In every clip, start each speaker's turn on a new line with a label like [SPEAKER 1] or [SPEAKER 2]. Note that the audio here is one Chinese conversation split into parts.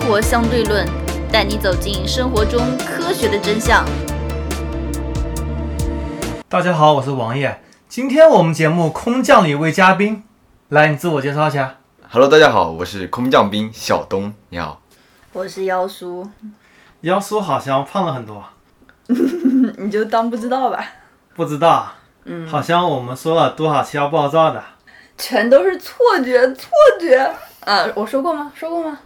[SPEAKER 1] 活相对论》，带你走进生活中科学的真相。
[SPEAKER 2] 大家好，我是王爷。今天我们节目空降了一位嘉宾，来，你自我介绍一下。
[SPEAKER 3] Hello，大家好，我是空降兵小东，你好。
[SPEAKER 1] 我是妖叔，
[SPEAKER 2] 妖叔好像胖了很多，
[SPEAKER 4] 你就当不知道吧，
[SPEAKER 2] 不知道啊，好像我们说了多少期要爆照的。
[SPEAKER 4] 全都是错觉，错觉啊！我说过吗？说过吗？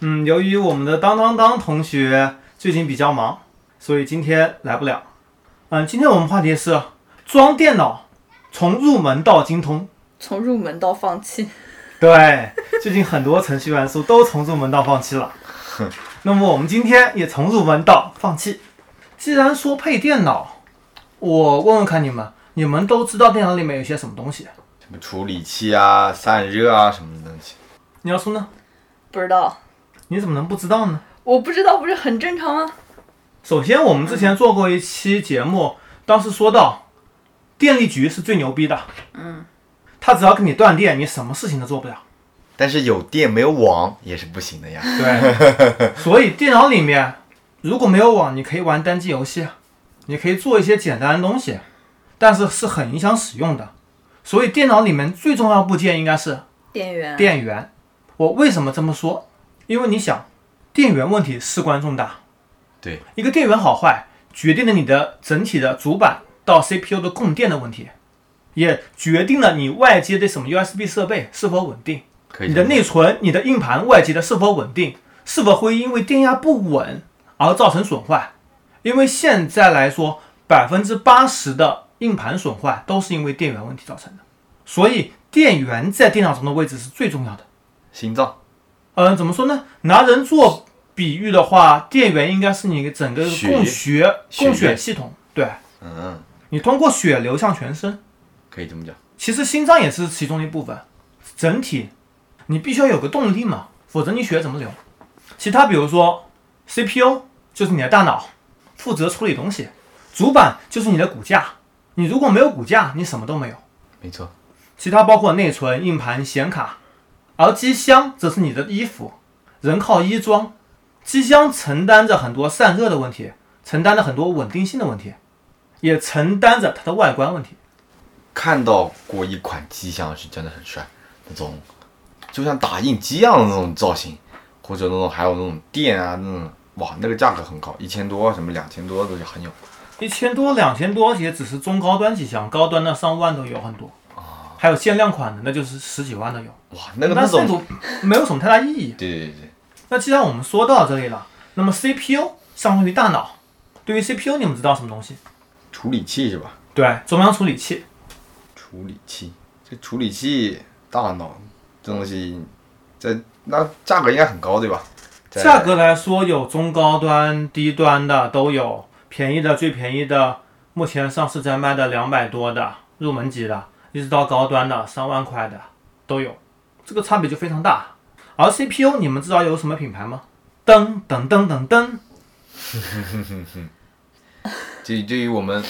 [SPEAKER 2] 嗯，由于我们的当当当同学最近比较忙，所以今天来不了。嗯，今天我们话题是装电脑，从入门到精通。
[SPEAKER 4] 从入门到放弃，
[SPEAKER 2] 对，最近很多程序员说都从入门到放弃了。那么我们今天也从入门到放弃。既然说配电脑，我问问看你们，你们都知道电脑里面有些什么东西？
[SPEAKER 3] 什么处理器啊、散热啊什么的东西。
[SPEAKER 2] 你要说呢？
[SPEAKER 4] 不知道，
[SPEAKER 2] 你怎么能不知道呢？
[SPEAKER 4] 我不知道不是很正常吗？
[SPEAKER 2] 首先，我们之前做过一期节目，当时说到电力局是最牛逼的，嗯，他只要给你断电，你什么事情都做不了。
[SPEAKER 3] 但是有电没有网也是不行的呀。
[SPEAKER 2] 对，所以电脑里面如果没有网，你可以玩单机游戏，你可以做一些简单的东西，但是是很影响使用的。所以电脑里面最重要部件应该是
[SPEAKER 4] 店员，
[SPEAKER 2] 电源。我为什么这么说？因为你想，电源问题事关重大。
[SPEAKER 3] 对，
[SPEAKER 2] 一个电源好坏决定了你的整体的主板到 CPU 的供电的问题，也决定了你外接的什么 USB 设备是否稳定。
[SPEAKER 3] 可以
[SPEAKER 2] 你
[SPEAKER 3] 这
[SPEAKER 2] 的
[SPEAKER 3] 么
[SPEAKER 2] 内存、你的硬盘外接的是否稳定，是否会因为电压不稳而造成损坏？因为现在来说，百分之八十的硬盘损坏都是因为电源问题造成的，所以电源在电脑中的位置是最重要的。
[SPEAKER 3] 心脏
[SPEAKER 2] 嗯、怎么说呢？拿人做比喻的话，电源应该是你整个
[SPEAKER 3] 血液
[SPEAKER 2] 供血
[SPEAKER 3] 血液
[SPEAKER 2] 供血系统，对
[SPEAKER 3] 嗯，
[SPEAKER 2] 你通过血流向全身。
[SPEAKER 3] 可以这么讲。
[SPEAKER 2] 其实心脏也是其中一部分，整体你必须要有个动力嘛，否则你血怎么流？其他比如说 CPU 就是你的大脑，负责处理东西，主板就是你的骨架，你如果没有骨架，你什么都没有。
[SPEAKER 3] 没错，
[SPEAKER 2] 其他包括内存、硬盘、显卡，而机箱则是你的衣服，人靠衣装。机箱承担着很多散热的问题，承担着很多稳定性的问题，也承担着它的外观问题。
[SPEAKER 3] 看到过一款机箱是真的很帅，那种就像打印机一样的那种造型，或者那种还有那种电啊那种，哇，那个价格很高，一千多什么两千多都很有。
[SPEAKER 2] 一千多、两千多也只是中高端机箱，高端的上万都有很多，还有限量款的，那就是十几万的有。
[SPEAKER 3] 哇，啊那个
[SPEAKER 2] 但
[SPEAKER 3] 那
[SPEAKER 2] 是
[SPEAKER 3] 种
[SPEAKER 2] 那，种没有什么太大意义。
[SPEAKER 3] 对对对对，
[SPEAKER 2] 那既然我们说到这里了，那么 CPU 相当于大脑，对于 CPU 你们知道什么东西？
[SPEAKER 3] 处理器是吧？
[SPEAKER 2] 对，中央处理器。
[SPEAKER 3] 处理器，这处理器大脑这东西，在那价格应该很高对吧？在
[SPEAKER 2] 价格来说，有中高端、低端的都有，便宜的最便宜的，目前上市在卖的两百多的入门级的，一直到高端的三万块的都有，这个差别就非常大。而 CPU 你们知道有什么品牌吗？噔噔噔噔噔，
[SPEAKER 3] 对对于我们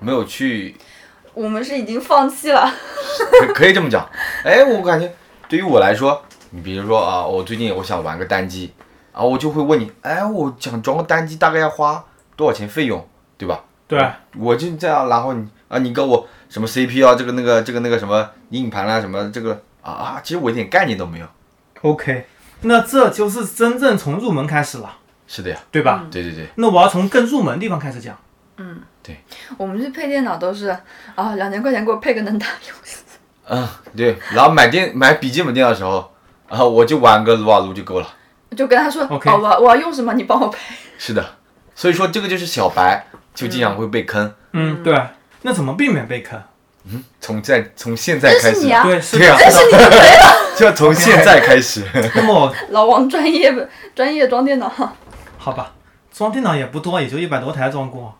[SPEAKER 3] 没有去，
[SPEAKER 4] 我们是已经放弃了，
[SPEAKER 3] 可可以这么讲。 哎，我感觉对于我来说，你比如说啊，我最近我想玩个单机，啊，我就会问你，哎，我想装个单机大概要花多少钱费用，对吧？
[SPEAKER 2] 对，
[SPEAKER 3] 我就这样，然后你啊，你跟我什么 CPU 啊，这个那个这个那个什么硬盘啦、什么这个啊啊，其实我一点概念都没有。
[SPEAKER 2] OK，那这就是真正从入门开始了，
[SPEAKER 3] 是的呀，
[SPEAKER 2] 对吧？
[SPEAKER 3] 对对对，
[SPEAKER 2] 那我要从更入门的地方开始讲。
[SPEAKER 4] 我们去配电脑都是啊，两千块钱给我配个能打游戏，
[SPEAKER 3] 嗯对，然后买电买笔记本电脑的时候，啊，我就玩个撸啊撸就够了。
[SPEAKER 4] 就跟他说
[SPEAKER 2] OK
[SPEAKER 4] 哦，我我要用什么，你帮我配。
[SPEAKER 3] 是的，所以说这个就是小白就经常会被坑。
[SPEAKER 2] 嗯，对。那怎么避免被坑？
[SPEAKER 3] 从在从现在开
[SPEAKER 4] 但是
[SPEAKER 3] 始
[SPEAKER 4] 你，啊，
[SPEAKER 2] 对，是
[SPEAKER 3] 对
[SPEAKER 2] 的，
[SPEAKER 3] 啊
[SPEAKER 2] 是的。
[SPEAKER 3] 就从现在开始。
[SPEAKER 2] 那么我
[SPEAKER 4] 老王专业专业装电脑，
[SPEAKER 2] 好吧，装电脑也不多，也就一百多台装过，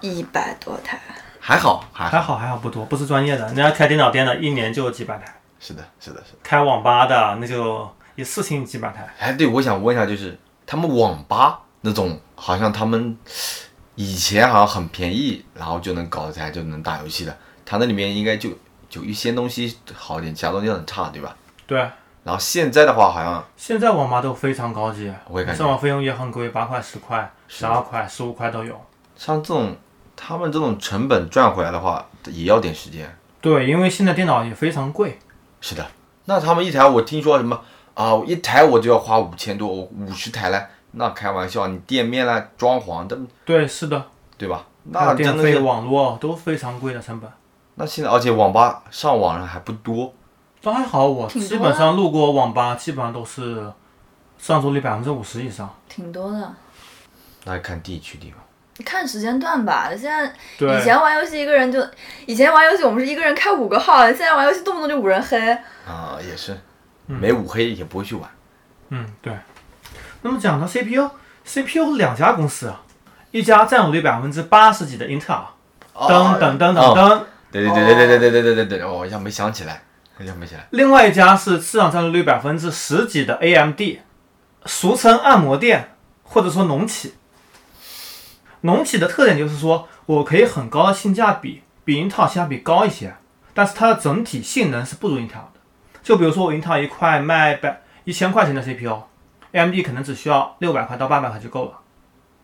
[SPEAKER 4] 一百多台，
[SPEAKER 3] 还好，还
[SPEAKER 2] 还好还好不多，不是专业的，人家开电脑店的一年就几百台，
[SPEAKER 3] 是的，是的，是的。
[SPEAKER 2] 开网吧的那就一次性几百台。
[SPEAKER 3] 哎，对，我想问一下，就是他们网吧那种，好像他们以前好像很便宜，然后就能搞起来就能打游戏的，他那里面应该就就一些东西好一点，其他东西很差，对吧？啊
[SPEAKER 2] 对，
[SPEAKER 3] 然后现在的话，好像
[SPEAKER 2] 现在网吧都非常高级，
[SPEAKER 3] 我也感觉
[SPEAKER 2] 上网费用也很贵，八块、十块、十二块、十五块都有。
[SPEAKER 3] 像这种他们这种成本赚回来的话，也要点时间。
[SPEAKER 2] 对，因为现在电脑也非常贵，
[SPEAKER 3] 是的，那他们一台我听说什么啊，我一台我就要花五千多，我五十台嘞，那开玩笑，你店面啦、装潢的，
[SPEAKER 2] 对，是的，
[SPEAKER 3] 对吧？
[SPEAKER 2] 还
[SPEAKER 3] 那
[SPEAKER 2] 有电
[SPEAKER 3] 真的是
[SPEAKER 2] 费、网络都非常贵的成本。
[SPEAKER 3] 那现在，而且网吧上网人还不多，
[SPEAKER 2] 倒还好，我
[SPEAKER 4] 挺多啊
[SPEAKER 2] 基本上路过网吧，基本上都是上周率百分之五十以上。
[SPEAKER 4] 挺多的。
[SPEAKER 3] 那看地区地方。看
[SPEAKER 4] 看时间段吧，现在
[SPEAKER 2] 对
[SPEAKER 4] 以，前玩游戏一个人就，以前玩游戏我们是一个人开五个号，现在玩游戏动不动就五人黑。
[SPEAKER 3] 啊、也是，没五黑也不会去玩。
[SPEAKER 2] 嗯，对。那么讲到 CPU，CPU 两家公司啊，一家占有率百分之八十几的英特尔，
[SPEAKER 3] 哦
[SPEAKER 2] 噔噔噔噔噔，
[SPEAKER 3] 对对对对对对对对对对对，我一下没想起来，我一下没起来。
[SPEAKER 2] 另外一家是市场占有率百分之十几的 AMD，俗称按摩店或者说农企。农企的特点就是说我可以很高的性价比，比英特尔性价比高一些，但是它的整体性能是不如英特尔的。就比如说我英特尔一块卖百一千块钱的 CPU，AMD 可能只需要六百块到八百块就够了。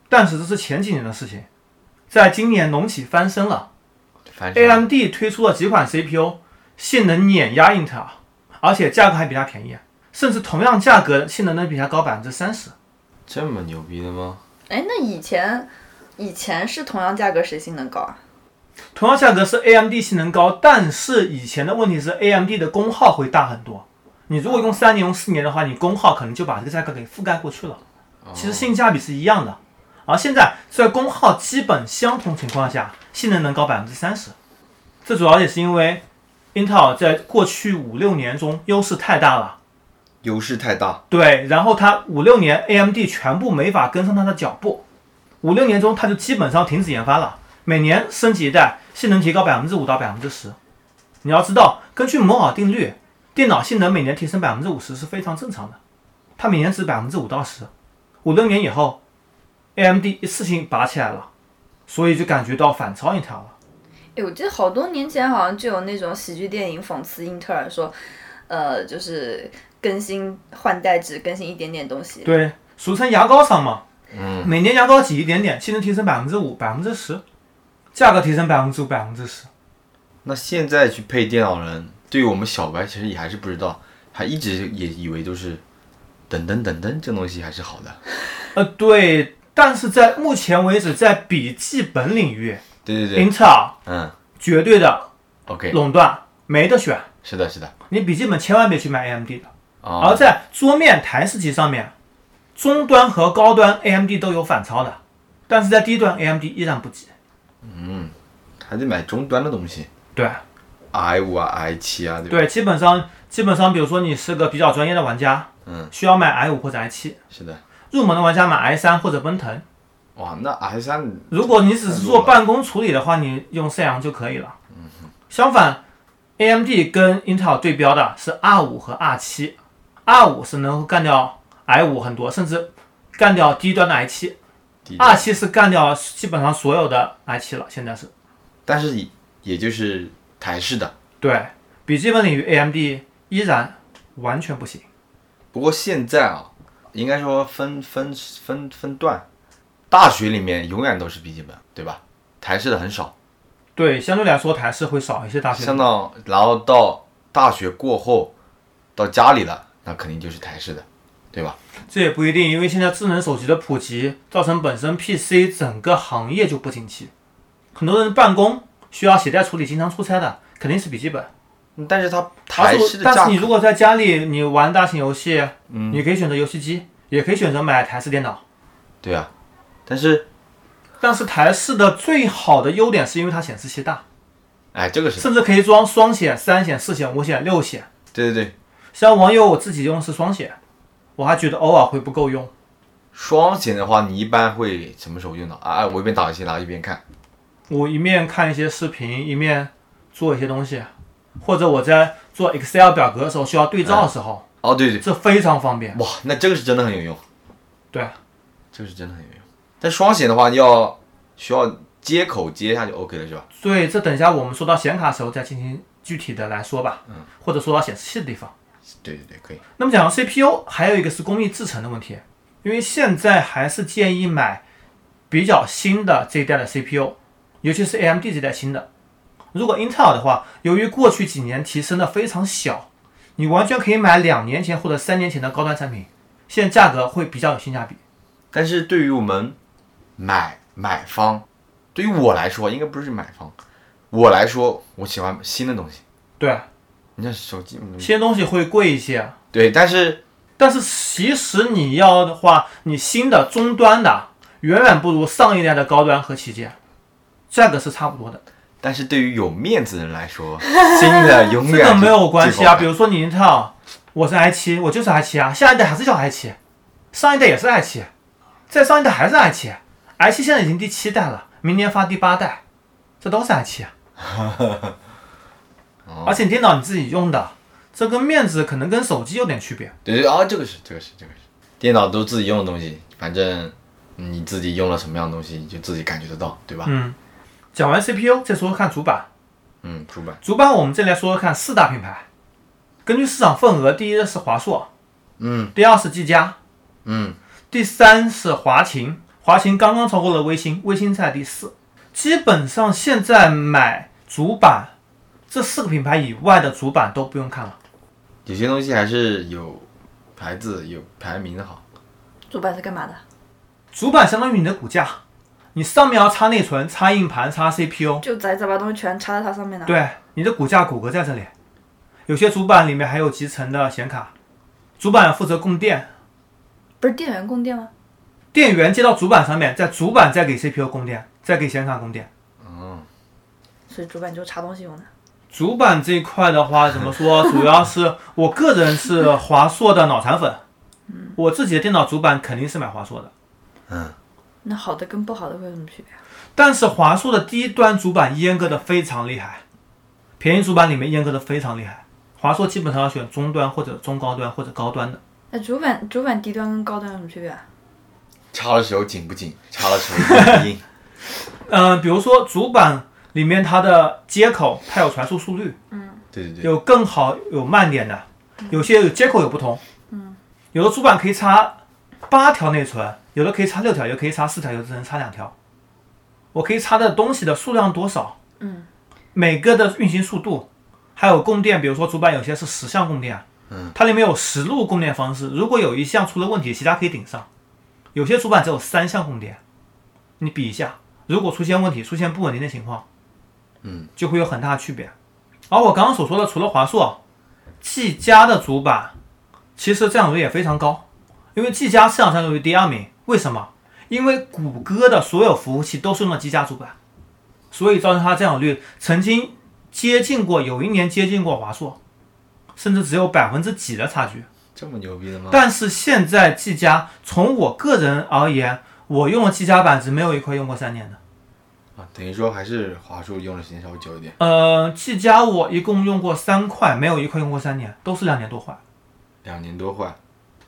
[SPEAKER 2] 但是这是前几年的事情，在今年农企翻身了。
[SPEAKER 3] 反正
[SPEAKER 2] AMD 推出了几款 CPU，性能碾压英特尔，而且价格还比它便宜，甚至同样价格性能能比它高百分之三十。
[SPEAKER 3] 这么牛逼的吗？
[SPEAKER 4] 哎，那以前以前是同样价格谁性能高啊？
[SPEAKER 2] 同样价格是 AMD 性能高，但是以前的问题是 AMD 的功耗会大很多。你如果用三年、用四年的话，你功耗可能就把这个价格给覆盖过去了。其实性价比是一样的，而现在在功耗基本相同情况下，性能能高百分之三十。这主要也是因为英特尔在过去五六年中优势太大了。
[SPEAKER 3] 优势太大，
[SPEAKER 2] 对，然后它五六年 AMD 全部没法跟上它的脚步，五六年中它就基本上停止研发了，每年升级一代，性能提高百分之五到百分之十。你要知道，根据摩尔定律，电脑性能每年提升百分之五十是非常正常的，它每年只百分之五到十，五六年以后，AMD 一次性拔起来了，所以就感觉到反超英特尔了。
[SPEAKER 4] 哎，我记得好多年前好像就有那种喜剧电影讽刺英特尔说，呃，就是更新换代只更新一点点东西。
[SPEAKER 2] 对，俗称牙膏厂嘛。嗯。每年牙膏挤一点点，性能提升百分之五、百分之十，价格提升百分之五、百分之十。
[SPEAKER 3] 那现在去配电脑人，对于我们小白其实也还是不知道，还一直也以为都是等等等等这东西还是好的。
[SPEAKER 2] 呃，对，但是在目前为止，在笔记本领域，
[SPEAKER 3] 对对对，
[SPEAKER 2] 英特尔
[SPEAKER 3] 嗯
[SPEAKER 2] 绝对的
[SPEAKER 3] ，OK，
[SPEAKER 2] 垄断，没得选。
[SPEAKER 3] 是的，是的，
[SPEAKER 2] 你笔记本千万别去买 AMD 的。而
[SPEAKER 3] 啊，
[SPEAKER 2] 在桌面台式机上面，中端和高端 AMD 都有反超的，但是在低端 AMD 依然不及。
[SPEAKER 3] 还得买终端的东西
[SPEAKER 2] 对。
[SPEAKER 3] ，i 五啊，i 七啊，对吧？
[SPEAKER 2] 对，基本上基本上，比如说你是个比较专业的玩家，
[SPEAKER 3] 嗯，
[SPEAKER 2] 需要买 i 五或者 i 七，
[SPEAKER 3] 是的，
[SPEAKER 2] 入门的玩家买 i 三或者奔腾。
[SPEAKER 3] 哇，那 i 三
[SPEAKER 2] 如果你只是做办公处理的话，你用赛扬就可以了。相反，AMD 跟英特尔对标的是 R 五和 R 七，R 五是能够干掉 i 五很多，甚至干掉低端的 i 七
[SPEAKER 3] 低
[SPEAKER 2] ，R 七是干掉基本上所有的 i 七了，现在是。
[SPEAKER 3] 但是也也就是台式的，
[SPEAKER 2] 对，笔记本领域 AMD 依然完全不行。
[SPEAKER 3] 不过现在啊，应该说分分分分段，大学里面永远都是笔记本，对吧？台式的很少，
[SPEAKER 2] 对，相对来说台式会少一些大学
[SPEAKER 3] 相当，然后到大学过后，到家里了，那肯定就是台式的，对吧？
[SPEAKER 2] 这也不一定，因为现在智能手机的普及，造成本身 PC 整个行业就不景气。很多人办公需要携带处理，经常出差的，肯定是笔记本。
[SPEAKER 3] 嗯但是它
[SPEAKER 2] 而
[SPEAKER 3] 台
[SPEAKER 2] 是我
[SPEAKER 3] 式的
[SPEAKER 2] 但
[SPEAKER 3] 价
[SPEAKER 2] 是
[SPEAKER 3] 格嗯
[SPEAKER 2] 你如果在家里你玩大型游戏，你可以选择游戏机，也可以选择买台式电脑。
[SPEAKER 3] 对啊，但是
[SPEAKER 2] 但是台式的最好的优点是因为它显示器大，
[SPEAKER 3] 哎，这个是
[SPEAKER 2] 甚至可以装双显、三显、四显、五显、六显。
[SPEAKER 3] 对对对，
[SPEAKER 2] 像网友我自己用的是双显，我还觉得偶尔会不够用。
[SPEAKER 3] 双显的话，你一般会什么时候用到啊？啊我一边打游戏，然后一边看。
[SPEAKER 2] 我一面看一些视频，一面做一些东西，或者我在做 Excel 表格的时候需要对照的时候，
[SPEAKER 3] 哦，对对，
[SPEAKER 2] 这非常方便。
[SPEAKER 3] 哇，那这个是真的很有用，
[SPEAKER 2] 对，啊
[SPEAKER 3] 这个是真的很有用。但双显的话，要需要接口接上就 OK 了，是吧？
[SPEAKER 2] 所以这等一下我们说到显卡的时候再进行具体的来说吧，或者说到显示器的地方。
[SPEAKER 3] 对对对，可以。
[SPEAKER 2] 那么讲到 CPU，还有一个是工艺制成的问题，因为现在还是建议买比较新的这一代的 CPU，尤其是 AMD 这代新的。如果英特尔的话，由于过去几年提升的非常小，你完全可以买两年前或者三年前的高端产品，现在价格会比较有性价比。
[SPEAKER 3] 但是对于我们买买方，对于我来说，应该不是买方，我来说，我喜欢新的东西。
[SPEAKER 2] 对，
[SPEAKER 3] 你像手机，嗯
[SPEAKER 2] 新东西会贵一些，
[SPEAKER 3] 对，但是
[SPEAKER 2] 但是其实你要的话，你新的终端的远远不如上一代的高端和旗舰，价格是差不多的，
[SPEAKER 3] 但是对于有面子的人 来说，新的永远
[SPEAKER 2] 这个没有关系啊。比
[SPEAKER 3] 如
[SPEAKER 2] 如说你英特尔，我是 i 7我就是 i 7啊，下一代还是叫 i 7上一代也是 i 7再上一代还是 i 7 i 7现在已经第七代了，明年发第八代，这都是 i 7而且电脑你自己用的，这跟面子可能跟手机有点区别。
[SPEAKER 3] 对对啊，这个是这个是这个是，电脑都自己用的东西，反正你自己用了什么样的东西，你就自己感觉得到，对吧？
[SPEAKER 2] 嗯，讲完 CPU，再说说看主板。
[SPEAKER 3] 嗯，主板，
[SPEAKER 2] 主板我们这来说说看四大品牌，根据市场份额，第一是华硕，
[SPEAKER 3] 嗯
[SPEAKER 2] 第二是技嘉，
[SPEAKER 3] 嗯，
[SPEAKER 2] 第三是华擎，华擎刚刚超过了微星，微星在第四。基本上现在买主板，这四个品牌以外的主板都不用看了。
[SPEAKER 3] 有些东西还是有牌子有排名的好。
[SPEAKER 4] 主板是干嘛的？
[SPEAKER 2] 主板相当于你的骨架，你上面要插内存、插硬盘、插 CPU，
[SPEAKER 4] 就杂七杂八东西全插在它上面了。
[SPEAKER 2] 对，你的骨架骨骼在这里。有些主板里面还有集成的显卡，主板负责供电，
[SPEAKER 4] 不是电源供电吗？
[SPEAKER 2] 电源接到主板上面，在主板再给 CPU 供电，再给显卡供电。
[SPEAKER 3] 嗯，
[SPEAKER 4] 所以主板就插东西用的。
[SPEAKER 2] 主板这一块的话，怎么说？主要是我个人是华硕的脑残粉，我自己的电脑主板肯定是买华硕的。
[SPEAKER 4] 那好的跟不好的会有什么区别啊？
[SPEAKER 2] 但是华硕的低端主板阉割的非常厉害，便宜主板里面阉割的非常厉害。华硕基本上要选中端或者中高端或者高端的。
[SPEAKER 4] 那主板主板低端跟高端有什么区别啊？
[SPEAKER 3] 插的时候紧不紧？插的时候硬不 硬？
[SPEAKER 2] 嗯、比如说主板里面它的接口，它有传输速率，
[SPEAKER 3] 对对对，
[SPEAKER 2] 有更好有慢点的，有些有接口有不同，有的主板可以插八条内存，有的可以插六条，有的可以插四条，有的只能插两条。我可以插的东西的数量多少，
[SPEAKER 4] 嗯，
[SPEAKER 2] 每个的运行速度，还有供电，比如说主板有些是十项供电，嗯，它里面有十路供电方式，如果有一项出了问题，其他可以顶上。有些主板只有三项供电，你比一下，如果出现问题，出现不稳定的情况，嗯，就会有很大的区别。而我刚刚所说的，除了华硕，技嘉的主板其实占有率也非常高，因为技嘉市场占有率第二名。为什么？因为谷歌的所有服务器都是用的技嘉主板，所以造成它占有率曾经接近过，有一年接近过华硕，甚至只有百分之几的差距。
[SPEAKER 3] 这么牛逼的吗？
[SPEAKER 2] 但是现在技嘉，从我个人而言，我用了技嘉板子没有一块用过三年的。
[SPEAKER 3] 啊，等于说还是华硕用的时间稍微久一点，
[SPEAKER 2] 呃，技嘉我一共用过三块，没有一块用过三年，都是两年多坏。
[SPEAKER 3] 两年多换。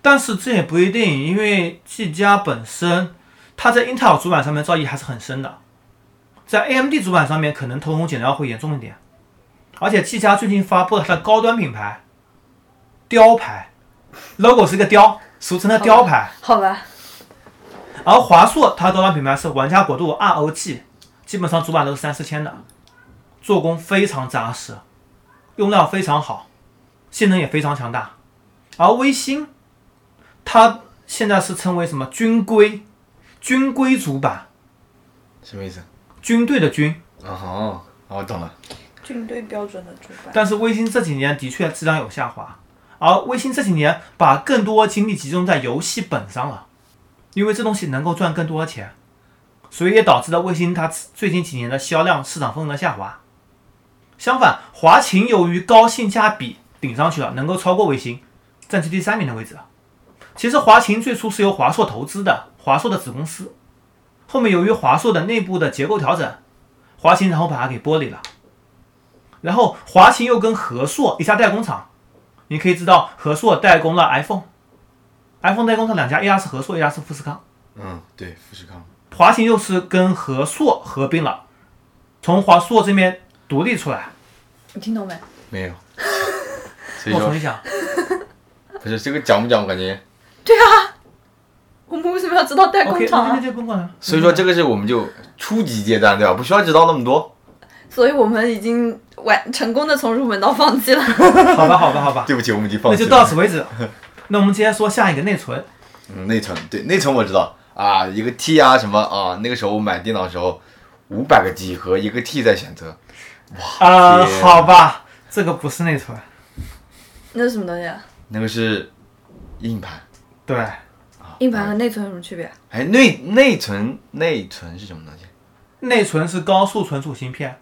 [SPEAKER 2] 但是这也不一定，因为技嘉本身它在英特尔主板上面造诣还是很深的，在 AMD 主板上面可能偷工减料会严重一点。而且技嘉最近发布了它的高端品牌雕牌，logo 是一个雕，俗称的雕牌。
[SPEAKER 4] 好吧，
[SPEAKER 2] 而华硕它的高端品牌是玩家国度 ROG，基本上主板都是三四千的，做工非常扎实，用料非常好，性能也非常强大。而微星，它现在是称为什么军规，军规主板，
[SPEAKER 3] 什么意思？
[SPEAKER 2] 军队的军。
[SPEAKER 3] 啊哈，哦，我懂了。
[SPEAKER 4] 军队标准的主板。
[SPEAKER 2] 但是微星这几年的确质量有下滑，而微星这几年把更多精力集中在游戏本上了，因为这东西能够赚更多的钱，所以也导致了微星它最近几年的销量、市场份额下滑。相反，华擎由于高性价比顶上去了，能够超过微星，占据第三名的位置了。其实华擎最初是由华硕投资的，华硕的子公司，后面由于华硕的内部的结构调整，华擎然后把它给剥离了。然后华擎又跟和硕一家代工厂，你可以知道和硕代工了 iPhone，iPhone 代工厂两家，一家是和硕，一家是富士康。
[SPEAKER 3] 嗯，对，富士康。
[SPEAKER 2] 华擎又是跟和硕合并了，从华硕这边独立出来。
[SPEAKER 4] 你听懂没？
[SPEAKER 3] 没有，所以
[SPEAKER 2] 我
[SPEAKER 3] 说
[SPEAKER 2] 重新想，
[SPEAKER 3] 不是这个讲不讲，我感觉，
[SPEAKER 4] 我们为什么要知道代
[SPEAKER 2] o k
[SPEAKER 4] 工
[SPEAKER 2] o
[SPEAKER 4] 厂
[SPEAKER 2] k
[SPEAKER 4] 啊？
[SPEAKER 2] 就甭管了。
[SPEAKER 3] 所以说这个是我们就初级阶段对吧？不需要知道那么多，
[SPEAKER 4] 所以我们已经完成功的从入门到放弃了。
[SPEAKER 2] 好吧，好吧，好吧，
[SPEAKER 3] 对不起，我们已经放
[SPEAKER 2] 那
[SPEAKER 3] 弃
[SPEAKER 2] 就
[SPEAKER 3] 了。
[SPEAKER 2] 到此为 止。那我们接着说下一个内存，
[SPEAKER 3] 嗯，内存对内存我知道啊，一个 T 啊什么啊，那个时候我买电脑的时候，五百个 G 和一个 T 在选择，
[SPEAKER 2] 呃，
[SPEAKER 3] 天
[SPEAKER 2] 好吧，这个不是内存，
[SPEAKER 4] 那是什么东西啊？
[SPEAKER 3] 那个是硬盘。
[SPEAKER 2] 对，啊
[SPEAKER 4] 硬盘和内存有什么区别？啊
[SPEAKER 3] 哎，内内存内存是什么东西？
[SPEAKER 2] 内存是高速存储芯片。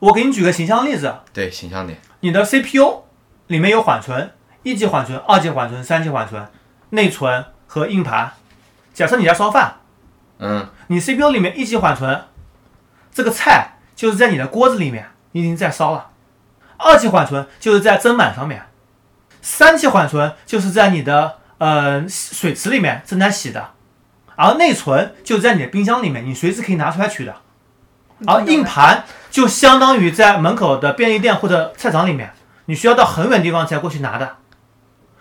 [SPEAKER 2] 我给你举个形象例子，
[SPEAKER 3] 对，形象点。
[SPEAKER 2] 你的 CPU 里面有缓存，一级缓存、二级缓存、三级缓存、内存和硬盘。假设你在烧饭，
[SPEAKER 3] 嗯，
[SPEAKER 2] 你 CPU 里面一级缓存，这个菜就是在你的锅子里面已经在烧了；二级缓存就是在砧板上面；三级缓存就是在你的呃水池里面正在洗的，而内存就在你的冰箱里面，你随时可以拿出来取的。而啊硬盘就相当于在门口的便利店或者菜场里面，你需要到很远地方才过去拿的。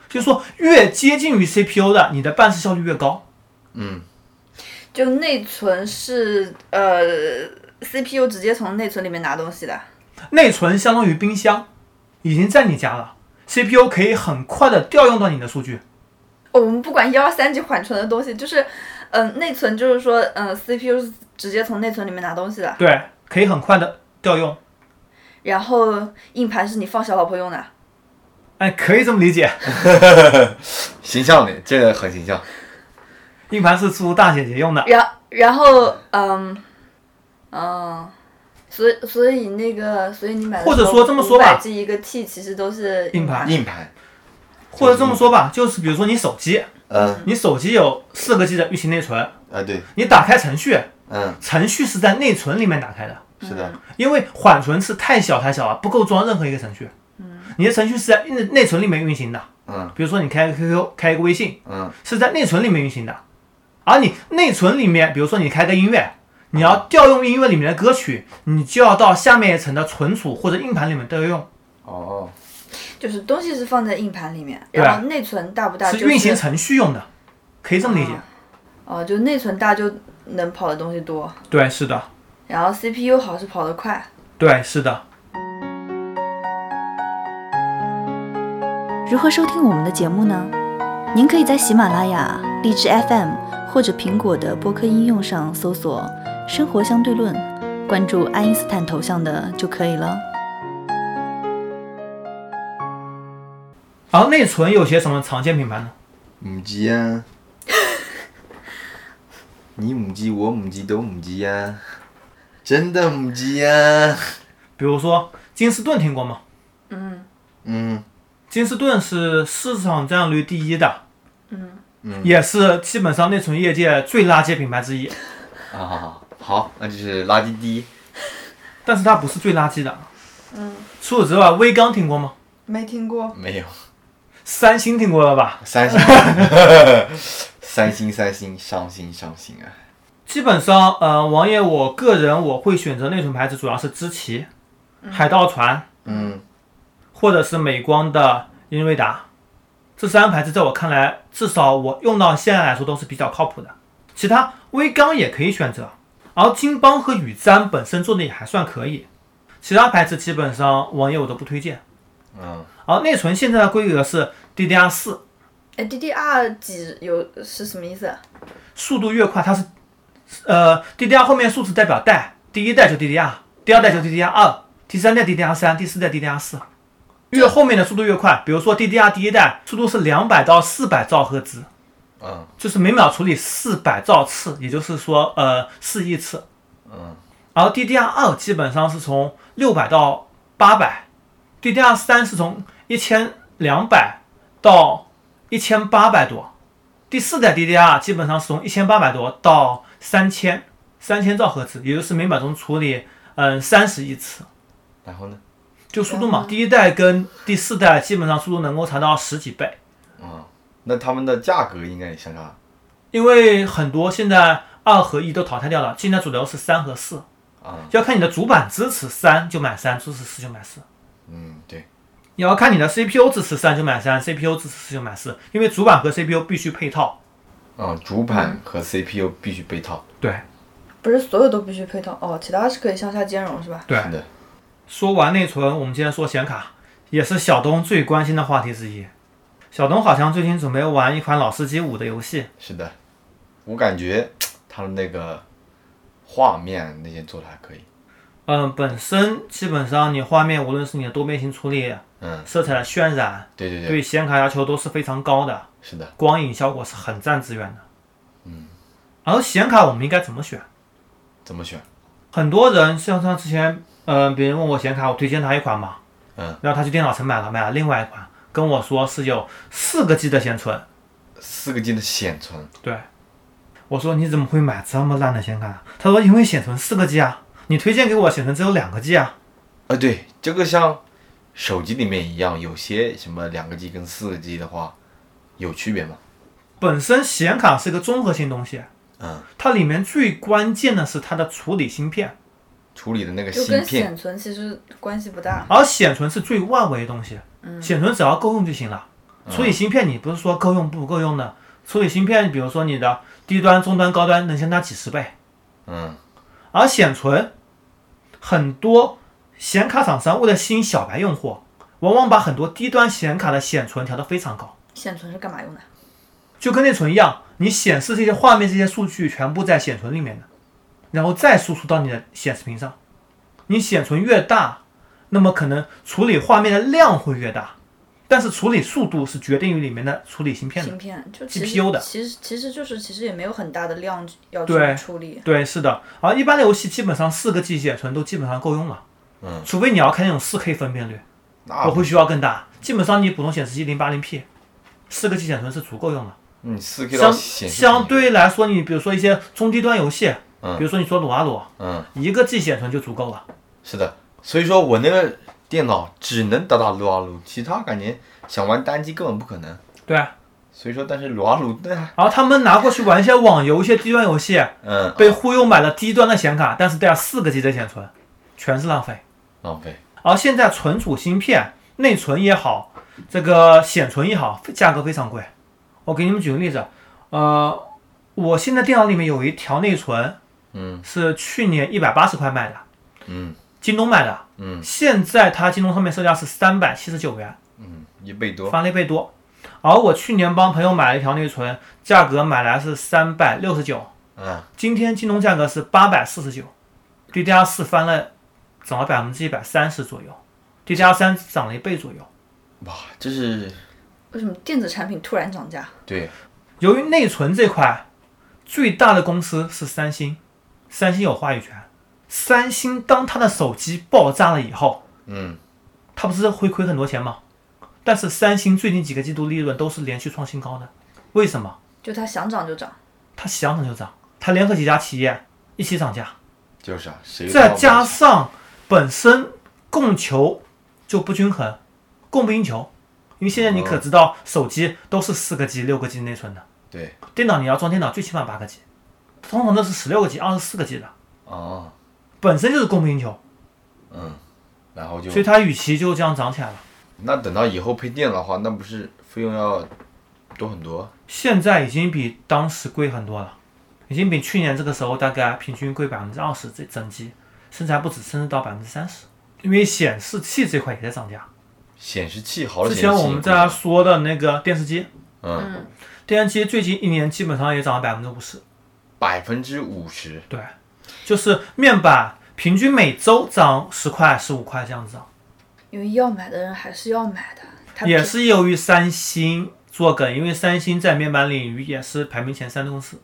[SPEAKER 2] 就是说，越接近于 CPU 的，你的办事效率越高。
[SPEAKER 3] 嗯
[SPEAKER 4] 就内存是呃 CPU 直接从内存里面拿东西的，
[SPEAKER 2] 内存相当于冰箱，已经在你家了。CPU 可以很快的调用到你的数据，
[SPEAKER 4] 哦我们不管幺二三级缓存的东西，就是，嗯、内存就是说，嗯、c p u 是直接从内存里面拿东西的，
[SPEAKER 2] 对，可以很快的调用。
[SPEAKER 4] 然后硬盘是你放小老婆用的。
[SPEAKER 2] 哎，可以这么理解，
[SPEAKER 3] 形象点，这个很形象。
[SPEAKER 2] 硬盘是出大姐姐用的。
[SPEAKER 4] 然然后，嗯，嗯，所以所以那个，所以你买的
[SPEAKER 2] 或者说这么说吧
[SPEAKER 4] 500 G 一个 T 其实都是
[SPEAKER 2] 硬盘
[SPEAKER 3] 硬盘，
[SPEAKER 2] 或者这么说吧，就是比如说你手机，
[SPEAKER 3] 嗯，
[SPEAKER 2] 你手机有四个 G 的预期内存，
[SPEAKER 3] 啊对，
[SPEAKER 2] 你打开程序，
[SPEAKER 3] 嗯，
[SPEAKER 2] 程序是在内存里面打开的，
[SPEAKER 3] 是的，
[SPEAKER 2] 因为缓存是太小太小了，啊不够装任何一个程序。
[SPEAKER 4] 嗯
[SPEAKER 2] 你的程序是在内内存里面运行的，
[SPEAKER 3] 嗯，
[SPEAKER 2] 比如说你开个 QQ，开一个微信，
[SPEAKER 3] 嗯，
[SPEAKER 2] 是在内存里面运行的，而你内存里面，比如说你开个音乐，你要调用音乐里面的歌曲，你就要到下面一层的存储或者硬盘里面调用，
[SPEAKER 3] 哦，
[SPEAKER 4] 就是东西是放在硬盘里面，
[SPEAKER 2] 对
[SPEAKER 4] 然后内存大不大、
[SPEAKER 2] 是
[SPEAKER 4] 就是
[SPEAKER 2] 运行程序用的，可以这么理解。
[SPEAKER 4] 哦、就内存大就能跑的东西多，
[SPEAKER 2] 对，是的，
[SPEAKER 4] 然后 CPU 好是跑得快。
[SPEAKER 2] 对，是的，
[SPEAKER 5] 如何收听我们的节目呢？您可以在喜马拉雅、荔枝 FM 或者苹果的播客应用上搜索“生活相对论”，关注爱因斯坦头像的就可以了。
[SPEAKER 2] 而内存有些什么常见品牌呢？
[SPEAKER 3] 母鸡呀， 你母鸡我母鸡都母鸡呀，真的母鸡呀，
[SPEAKER 2] 比如说金士顿听过吗？
[SPEAKER 4] 嗯，
[SPEAKER 3] 嗯，
[SPEAKER 2] 金士顿是市场占有率第一的，
[SPEAKER 4] 嗯
[SPEAKER 3] 嗯
[SPEAKER 2] 也是基本上内存业界最垃圾品牌之一，
[SPEAKER 3] 啊，好，那就是垃圾第一，
[SPEAKER 2] 但是它不是最垃圾的。
[SPEAKER 4] 嗯，
[SPEAKER 2] 除此之外，微刚听过吗？
[SPEAKER 4] 没听过。
[SPEAKER 3] 没有。
[SPEAKER 2] 三星听过了吧？
[SPEAKER 3] 三星， 三星，三星，伤心，伤心啊！
[SPEAKER 2] 基本上，呃，王爷，我个人我会选择内存牌子，主要是知奇、海盗船，
[SPEAKER 3] 嗯，
[SPEAKER 2] 或者是美光的英瑞达，这三个牌子在我看来，至少我用到现在来说都是比较靠谱的。其他微刚也可以选择，而金邦和宇瞻本身做的也还算可以，其他牌子基本上王爷我都不推荐。
[SPEAKER 3] 嗯，
[SPEAKER 2] 而内存现在的规格是 DDR 四，
[SPEAKER 4] 哎，DDR 几有是什么意思啊？
[SPEAKER 2] 速度越快，它是呃 DDR 后面数字代表代，第一代就 DDR，第二代就 DDR 二，第三代 DDR 三，第四代 DDR 四，越后面的速度越快。比如说 DDR 第一代速度是两百到四百兆赫兹，
[SPEAKER 3] 嗯，
[SPEAKER 2] 就是每秒处理四百兆次，也就是说呃四亿次。
[SPEAKER 3] 嗯，
[SPEAKER 2] 而 DDR 二基本上是从六百到八百，DDR 三是从一千两百到一千八百多，第四代 DDR 基本上是从一千八百多到三千三千兆赫兹，也就是每秒钟处理嗯三十亿次，
[SPEAKER 3] 然后呢？
[SPEAKER 2] 就速度嘛。第一代跟第四代基本上速度能够达到十几倍，
[SPEAKER 3] 嗯，那他们的价格应该也相差
[SPEAKER 2] 因为很多现在二和一都淘汰掉了，现在主流是三和四，
[SPEAKER 3] 啊，
[SPEAKER 2] 要看你的主板支持三就买三，支持四就买四。
[SPEAKER 3] 嗯，对，
[SPEAKER 2] 你要看你的 CPU 支持三九买三，CPU 支持四九买四，因为主板和 CPU 必须配套。
[SPEAKER 3] 嗯，主板和 CPU 必须被套。
[SPEAKER 2] 对
[SPEAKER 4] 不是所有都必须配套哦，其他是可以向下兼容是吧？
[SPEAKER 2] 对
[SPEAKER 3] 是，的，
[SPEAKER 2] 说完内存，我们今天说显卡，也是小东最关心的话题之一。小东好像最近准备玩一款老司机五的游戏，
[SPEAKER 3] 是的。我感觉它的那个画面那些做的还可以。
[SPEAKER 2] 嗯，本身基本上你画面无论是你的多边形处理、
[SPEAKER 3] 嗯，
[SPEAKER 2] 色彩的渲染，
[SPEAKER 3] 对对对，
[SPEAKER 2] 对显卡要求都是非常高的，
[SPEAKER 3] 是的。
[SPEAKER 2] 光影效果是很占资源的。嗯，然后显卡我们应该怎么选？
[SPEAKER 3] 怎么选？
[SPEAKER 2] 很多人像像之前，嗯、别人问我显卡，我推荐他一款嘛，
[SPEAKER 3] 嗯，
[SPEAKER 2] 然后他去电脑城买了买了另外一款，跟我说是有四个 G 的显存，
[SPEAKER 3] 四个 G 的显存，
[SPEAKER 2] 对，我说你怎么会买这么烂的显卡？他说因为显存四个 G 啊，你推荐给我显存只有两个 G 啊，
[SPEAKER 3] 啊，对，这个像手机里面一样，有些什么两个 G 跟四个 G 的话，有区别吗？
[SPEAKER 2] 本身显卡是个综合性东西，
[SPEAKER 3] 嗯，
[SPEAKER 2] 它里面最关键的是它的处理芯片，
[SPEAKER 3] 处理的那个
[SPEAKER 4] 就
[SPEAKER 3] 芯
[SPEAKER 4] 跟
[SPEAKER 3] 片，
[SPEAKER 4] 显存其实关系不大。
[SPEAKER 2] 而显存是最外围的东西，显存只要够用就行了。处理芯片你不是说够用不够用呢？处理芯片，比如说你的低端、中端、高端能相差几十倍，
[SPEAKER 3] 嗯，
[SPEAKER 2] 而显存，很多显卡厂商为了吸引小白用户，往往把很多低端显卡的显存调得非常高，
[SPEAKER 4] 显存是干嘛用的？
[SPEAKER 2] 就跟内存一样，你显示这些画面、这些数据全部在显存里面的，然后再输出到你的显示屏上。你显存越大，那么可能处理画面的量会越大，但是处理速度是决定于里面的处理芯片的
[SPEAKER 4] 芯。片就其实
[SPEAKER 2] GPU 的
[SPEAKER 4] 其实其实就是其实也没有很大的量要
[SPEAKER 2] 对
[SPEAKER 4] 去处理。
[SPEAKER 2] 对，是的，而一般的游戏基本上四个 G 显存都基本上够用了，
[SPEAKER 3] 嗯，
[SPEAKER 2] 除非你要开那种四 K 分辨率，
[SPEAKER 3] 那
[SPEAKER 2] 我会需要更大。基本上你普通显示器零八零 P，四个 G 显存是足够用了。
[SPEAKER 3] 你嗯四 K 到
[SPEAKER 2] 相
[SPEAKER 3] 显示
[SPEAKER 2] 相
[SPEAKER 3] 屏，
[SPEAKER 2] 对来说，你比如说一些中低端游戏，
[SPEAKER 3] 嗯
[SPEAKER 2] 比如说你说撸啊撸，
[SPEAKER 3] 嗯，
[SPEAKER 2] 一个 G 显存就足够了。
[SPEAKER 3] 是的。所以说我那个电脑只能打打撸啊撸，其他感觉想玩单机根本不可能。
[SPEAKER 2] 对啊，
[SPEAKER 3] 所以说，但是撸啊撸那还
[SPEAKER 2] 然后他们拿过去玩一些网游、一些低端游戏，
[SPEAKER 3] 嗯
[SPEAKER 2] 被忽悠买了低端的显卡，但是带了四个 G 的显存，全是浪费。
[SPEAKER 3] 浪费，
[SPEAKER 2] 而现在存储芯片、内存也好，这个显存也好，价格非常贵。我给你们举个例子，呃，我现在电脑里面有一条内存，
[SPEAKER 3] 嗯，
[SPEAKER 2] 是去年一百八十块卖的，
[SPEAKER 3] 嗯，
[SPEAKER 2] 京东买的，
[SPEAKER 3] 嗯，
[SPEAKER 2] 现在它京东上面售价是三百七十九元，
[SPEAKER 3] 嗯，一倍多，
[SPEAKER 2] 翻了一倍多。而我去年帮朋友买了一条内存，价格买来是三百六十九，
[SPEAKER 3] 嗯，
[SPEAKER 2] 今天京东价格是八百四十九，DDR 四翻了，涨了百分之一百三十左右，DDR 三涨了一倍左右。
[SPEAKER 3] 哇，这是
[SPEAKER 4] 为什么电子产品突然涨价？
[SPEAKER 3] 对，
[SPEAKER 2] 由于内存这块，最大的公司是三星，三星有话语权。三星当它的手机爆炸了以后，
[SPEAKER 3] 嗯，
[SPEAKER 2] 它不是会亏很多钱吗？但是三星最近几个季度利润都是连续创新高的，为什么？
[SPEAKER 4] 就它想涨就涨，
[SPEAKER 2] 它想涨就涨，它联合几家企业一起涨价，
[SPEAKER 3] 就是啊，谁
[SPEAKER 2] 再
[SPEAKER 3] 都
[SPEAKER 2] 加
[SPEAKER 3] 不知道
[SPEAKER 2] 上本身供求就不均衡，供不应求，因为现在你
[SPEAKER 3] 哦
[SPEAKER 2] 可知道手机都是四个 G、六个 G 内存的，
[SPEAKER 3] 对，
[SPEAKER 2] 电脑你要装电脑最起码八个 G，通常都是十六个 G、二十四个 G 的，
[SPEAKER 3] 哦，
[SPEAKER 2] 本身就是供不应求，
[SPEAKER 3] 嗯，然后就
[SPEAKER 2] 所以它与其就这样涨起来了。
[SPEAKER 3] 那等到以后配电脑的话，那不是费用要多很多？
[SPEAKER 2] 现在已经比当时贵很多了，已经比去年这个时候大概平均贵百分之二十，这整机甚至还不止，甚至到百分之三十，因为显示器这块也在涨价。
[SPEAKER 3] 显示器好的
[SPEAKER 2] 之
[SPEAKER 3] 显示器
[SPEAKER 2] 前我们在说的那个电视机。
[SPEAKER 3] 嗯
[SPEAKER 2] 电视机最近一年基本上也涨了百分之五十，
[SPEAKER 3] 百分之五十，
[SPEAKER 2] 对，就是面板平均每周涨十块、十五块这样子涨，啊
[SPEAKER 4] 因为要买的人还是要买的。它
[SPEAKER 2] 也
[SPEAKER 4] 便
[SPEAKER 2] 是由于三星做梗，因为三星在面板领域也是排名前三的公司。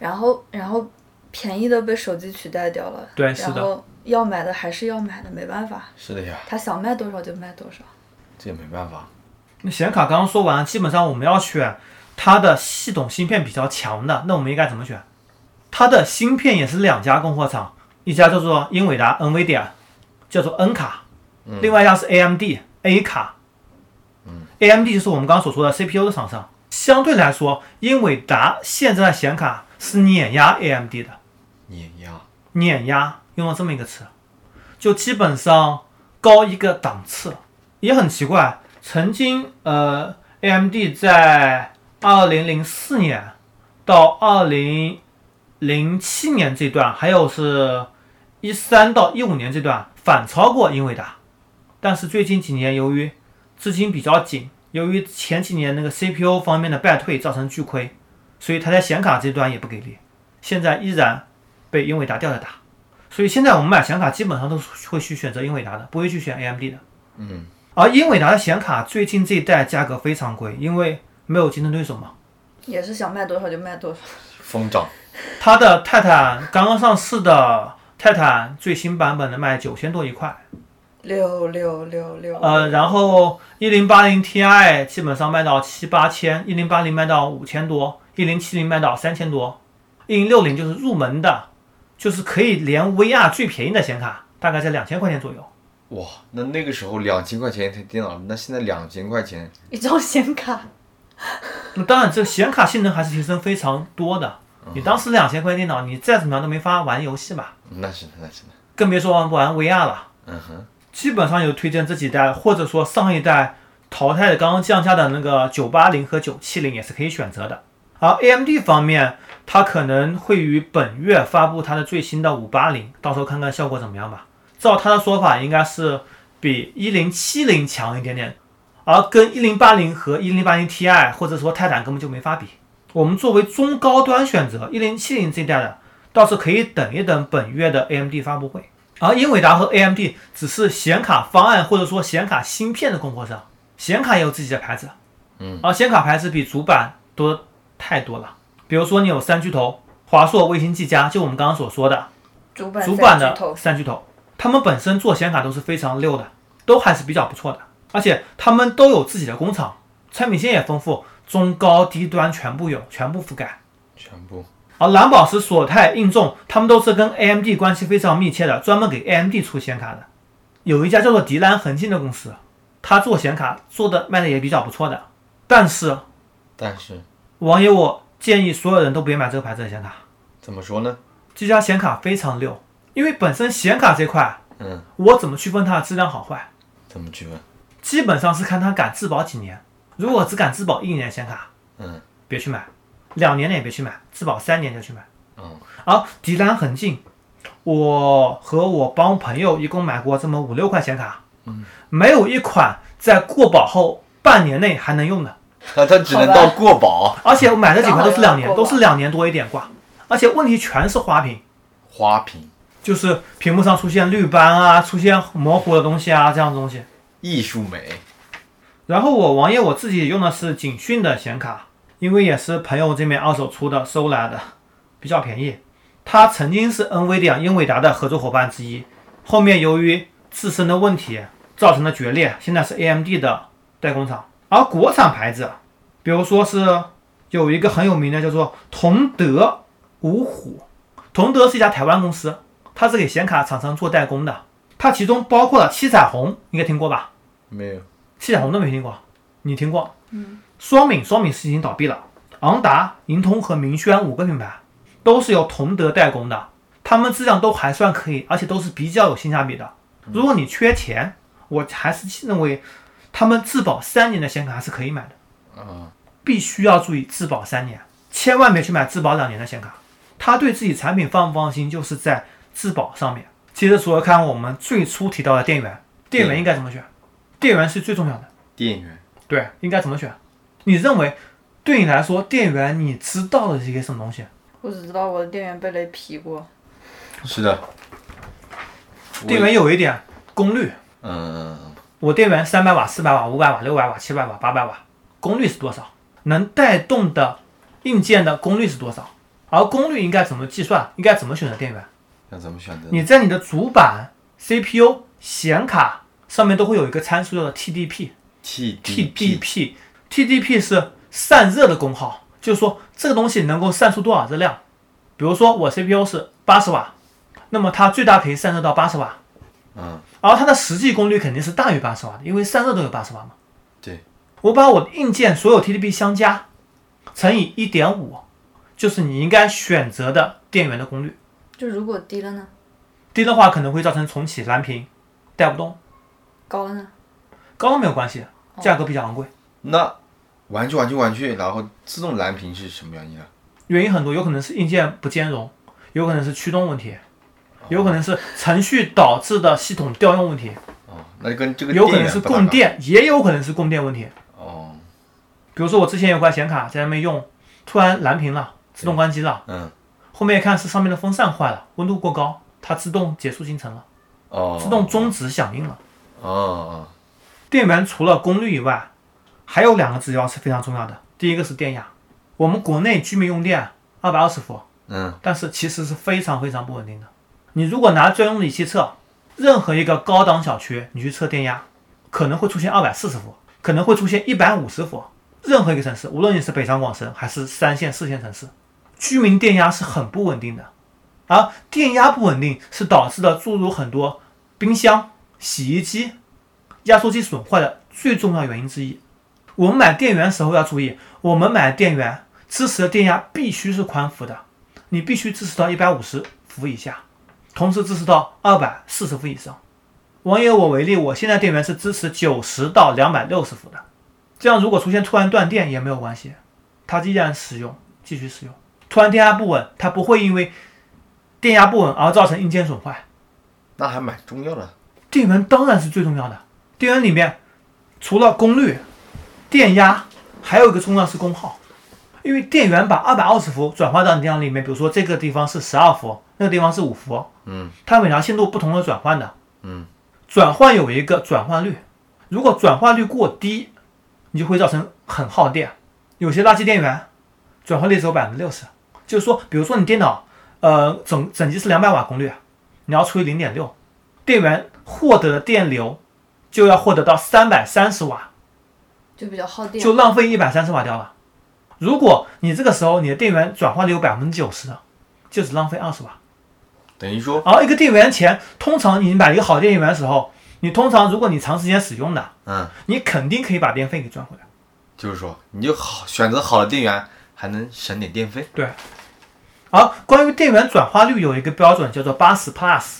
[SPEAKER 4] 然后然后便宜的被手机取代掉了，
[SPEAKER 2] 对是
[SPEAKER 4] 然
[SPEAKER 2] 的
[SPEAKER 4] 后要买的还是要买的，没办法，
[SPEAKER 3] 是的呀，
[SPEAKER 4] 他想卖多少就卖多少。
[SPEAKER 3] 这也没办法。
[SPEAKER 2] 那显卡刚刚说完，基本上我们要选它的系统芯片比较强的，那我们应该怎么选？它的芯片也是两家供货厂，一家叫做英伟达 NVIDIA，叫做 N 卡，另外一家是 AMD A 卡。AMD 就是我们刚刚所说的 CPU 的厂商。相对来说，英伟达现在的显卡是碾压 AMD 的，
[SPEAKER 3] 碾压，
[SPEAKER 2] 碾压，用了这么一个词，就基本上高一个档次。也很奇怪，曾经呃，AMD 在二零零四年到二零零七年这段，还有是一三到一五年这段反超过英伟达，但是最近几年由于资金比较紧，由于前几年那个 CPU 方面的败退造成巨亏，所以它在显卡这端也不给力，现在依然被英伟达吊着打。所以现在我们买显卡基本上都是会去选择英伟达的，不会去选 AMD 的。
[SPEAKER 3] 嗯，
[SPEAKER 2] 而英伟达的显卡最近这一代价格非常贵，因为没有竞争对手嘛。
[SPEAKER 4] 也是想卖多少就卖多少。
[SPEAKER 3] 疯涨，
[SPEAKER 2] 它的泰坦刚刚上市的泰坦最新版本的卖九千多一块，
[SPEAKER 4] 六六六六。
[SPEAKER 2] 呃，然后一零八零 Ti 基本上卖到七八千，一零八零卖到五千多，一零七零卖到三千多，一零六零就是入门的，就是可以连 VR 最便宜的显卡，大概在两千块钱左右。
[SPEAKER 3] 哇，那那个时候两千块钱一台电脑，那现在两千块钱，
[SPEAKER 4] 一张显卡，
[SPEAKER 2] 那当然，这个显卡性能还是提升非常多的。你当时两千块电脑，你再怎么样都没法玩游戏吧，
[SPEAKER 3] 那是的，那是的，
[SPEAKER 2] 更别说玩不玩 VR 了。
[SPEAKER 3] 嗯哼，
[SPEAKER 2] 基本上有推荐这几代，或者说上一代淘汰的刚刚降价的那个九八零和九七零也是可以选择的。而 AMD 方面，它可能会于本月发布它的最新的五八零，到时候看看效果怎么样吧。照它的说法，应该是比一零七零强一点点，而跟一零八零和一零八零 Ti 或者说泰坦根本就没法比。我们作为中高端选择，一零七零这一代的倒是可以等一等本月的 AMD 发布会。而英伟达和 AMD 只是显卡方案或者说显卡芯片的供货商，显卡也有自己的牌子，
[SPEAKER 3] 嗯，
[SPEAKER 2] 而显卡牌子比主板多太多了。比如说你有三巨头，华硕、微星、技嘉，就我们刚刚所说的
[SPEAKER 4] 主板
[SPEAKER 2] 主板
[SPEAKER 4] 三
[SPEAKER 2] 的
[SPEAKER 4] 巨头
[SPEAKER 2] 三巨头，他们本身做显卡都是非常溜的，都还是比较不错的，而且他们都有自己的工厂，产品线也丰富，中高低端全部有，全部覆盖。
[SPEAKER 3] 全部，
[SPEAKER 2] 而蓝宝石、索泰、映众，他们都是跟 AMD 关系非常密切的，专门给 AMD 出显卡的。有一家叫做迪兰恒信的公司，它做显卡做的卖的也比较不错的。但是
[SPEAKER 3] 但是
[SPEAKER 2] 网友我建议所有人都别买这个牌子的显卡，
[SPEAKER 3] 怎么说呢？
[SPEAKER 2] 这家显卡非常溜，因为本身显卡这块，
[SPEAKER 3] 嗯，
[SPEAKER 2] 我怎么区分它的质量好坏，
[SPEAKER 3] 怎么去问？
[SPEAKER 2] 基本上是看它敢质保几年。如果只敢质保一年的显卡，
[SPEAKER 3] 嗯，
[SPEAKER 2] 别去买，两年的也别去买，质保三年就去买。
[SPEAKER 3] 嗯，
[SPEAKER 2] 而迪兰很近，我和我帮朋友一共买过这么五六款显卡，没有一款在过保后半年内还能用的，
[SPEAKER 3] 那它只能
[SPEAKER 4] 好吧
[SPEAKER 3] 到过保
[SPEAKER 2] 而且我买的几款都是两年，
[SPEAKER 4] 刚
[SPEAKER 2] 都
[SPEAKER 4] 好要过保
[SPEAKER 2] 是两年多一点挂，而且问题全是花屏，
[SPEAKER 3] 花屏，
[SPEAKER 2] 就是屏幕上出现绿斑啊，出现模糊的东西啊，这样的东西。
[SPEAKER 3] 艺术美，
[SPEAKER 2] 然后我网页我自己用的是景讯的显卡，因为也是朋友这边二手出的收来的，比较便宜。它曾经是 NVIDIA 英伟达的合作伙伴之一，后面由于自身的问题造成的决裂，现在是 AMD 的代工厂。而国产牌子，比如说是有一个很有名的叫做同德五虎，同德是一家台湾公司，它是给显卡厂商做代工的，它其中包括了七彩虹，应该听过吧？
[SPEAKER 3] 没有，
[SPEAKER 2] 七彩虹都没听过，你听过？嗯。双敏，双敏是已经倒闭了。昂达、银通和明轩五个品牌都是由同德代工的，他们质量都还算可以，而且都是比较有性价比的。如果你缺钱，我还是认为他们质保三年的显卡还是可以买的。
[SPEAKER 3] 啊，
[SPEAKER 2] 必须要注意质保三年，千万别去买质保两年的显卡。他对自己产品放不放心，就是在质保上面。接着说看我们最初提到的电源，电源应该怎么选？电源是最重要的。
[SPEAKER 3] 电源，
[SPEAKER 2] 对，应该怎么选？你认为对你来说，电源你知道的是一个什么东西？
[SPEAKER 4] 我只知道我的电源被雷劈过，
[SPEAKER 3] 是的，我
[SPEAKER 2] 电源，有一点功率，
[SPEAKER 3] 嗯，嗯
[SPEAKER 2] 我电源三百瓦、四百瓦、五百瓦、六百瓦、七百瓦、八百瓦，功率是多少？能带动的硬件的功率是多少？而功率应该怎么计算？应该怎么选择电源？
[SPEAKER 3] 要怎么选择？
[SPEAKER 2] 你在你的主板、CPU、显卡上面都会有一个参数叫做 TDP。
[SPEAKER 3] 嗯 T
[SPEAKER 2] TDP。TDP 是散热的功耗，就是说这个东西能够散出多少热量。比如说我 CPU 是八十瓦，那么它最大可以散热到八十瓦，
[SPEAKER 3] 嗯，
[SPEAKER 2] 而它的实际功率肯定是大于八十瓦的，因为散热都有八十瓦嘛。
[SPEAKER 3] 对，
[SPEAKER 2] 我把我的硬件所有 TDP 相加，乘以一点五，就是你应该选择的电源的功率。
[SPEAKER 4] 就如果低了呢，
[SPEAKER 2] 低的话可能会造成重启蓝屏，带不动；
[SPEAKER 4] 高了呢，
[SPEAKER 2] 高都没有关系，价格比较昂贵。
[SPEAKER 3] 那玩去玩去玩去，然后自动蓝屏是什么原因啊？
[SPEAKER 2] 原因很多，有可能是硬件不兼容，有可能是驱动问题，有可能是程序导致的系统调用问题，
[SPEAKER 3] 哦，那就跟这个
[SPEAKER 2] 有可能
[SPEAKER 3] 源
[SPEAKER 2] 是
[SPEAKER 3] 不搭
[SPEAKER 2] 供
[SPEAKER 3] 嘎
[SPEAKER 2] 电，也有可能是供电问题。
[SPEAKER 3] 哦，
[SPEAKER 2] 比如说我之前有块显卡在那边用，突然蓝屏了，自动关机了，
[SPEAKER 3] 嗯，
[SPEAKER 2] 后面一看是上面的风扇坏了，温度过高，它自动结束进程了，
[SPEAKER 3] 哦，
[SPEAKER 2] 自动终止响应了。
[SPEAKER 3] 哦哦，
[SPEAKER 2] 电源除了功率以外，还有两个指标是非常重要的。第一个是电压，我们国内居民用电二百二十伏，
[SPEAKER 3] 嗯，
[SPEAKER 2] 但是其实是非常非常不稳定的。你如果拿专用的仪器测，任何一个高档小区，你去测电压，可能会出现二百四十伏，可能会出现一百五十伏。任何一个城市，无论你是北上广深还是三线、四线城市，居民电压是很不稳定的。而电压不稳定是导致了诸如很多冰箱、洗衣机、压缩机损坏的最重要原因之一。我们买电源时候要注意，我们买电源支持的电压必须是宽幅的，你必须支持到一百五十伏以下，同时支持到二百四十伏以上。网友我为例，我现在电源是支持九十到两百六十伏的，这样如果出现突然断电也没有关系，它依然使用，继续使用。突然电压不稳，它不会因为电压不稳而造成硬件损坏。
[SPEAKER 3] 那还蛮重要的。
[SPEAKER 2] 电源当然是最重要的。电源里面除了功率、电压，还有一个重要是功耗，因为电源把二百二十伏转化到你电脑里面，比如说这个地方是十二伏，那个地方是五伏，
[SPEAKER 3] 嗯，
[SPEAKER 2] 它每条线路不同的转换的，
[SPEAKER 3] 嗯，
[SPEAKER 2] 转换有一个转换率，如果转换率过低，你就会造成很耗电。有些垃圾电源转换率只有百分之六十，就是说，比如说你电脑，呃，整整机是两百瓦功率，你要除以零点六，电源获得的电流就要获得到三百三十瓦，
[SPEAKER 4] 就比较耗电。
[SPEAKER 2] 就浪费一百三十瓦掉了。如果你这个时候你的电源转化率有百分之九十的，就只浪费二十瓦。
[SPEAKER 3] 等于说，
[SPEAKER 2] 而一个电源钱，通常你买一个好电源的时候，你通常如果你长时间使用的，
[SPEAKER 3] 嗯，
[SPEAKER 2] 你肯定可以把电费给赚回来。
[SPEAKER 3] 就是说，你就好选择好的电源，还能省点电费。
[SPEAKER 2] 对。而关于电源转化率有一个标准叫做八十 plus，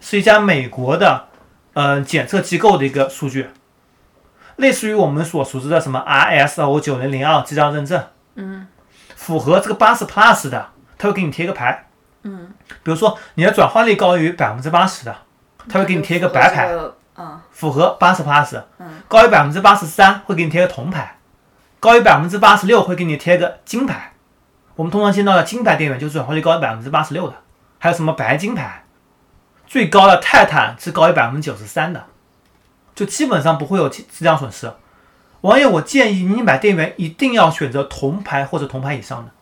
[SPEAKER 2] 是一家美国的呃检测机构的一个数据，类似于我们所熟知的什么 ISO 九零零二质量认证。嗯。符合这个八十 plus 的，他会给你贴一个牌。嗯。比如说你的转化率高于百分之八十的，他会给你贴一个白牌。
[SPEAKER 4] 就。嗯，
[SPEAKER 2] 符合八十 plus，高于百分之八十三会给你贴个铜牌，高于百分之八十六会给你贴个金牌。我们通常见到的金牌电源就是转化率高于百分之八十六的，还有什么白金牌，最高的泰坦是高于百分之九十三的，就基本上不会有质质量损失。网友，我建议你买电源一定要选择铜牌或者铜牌以上的。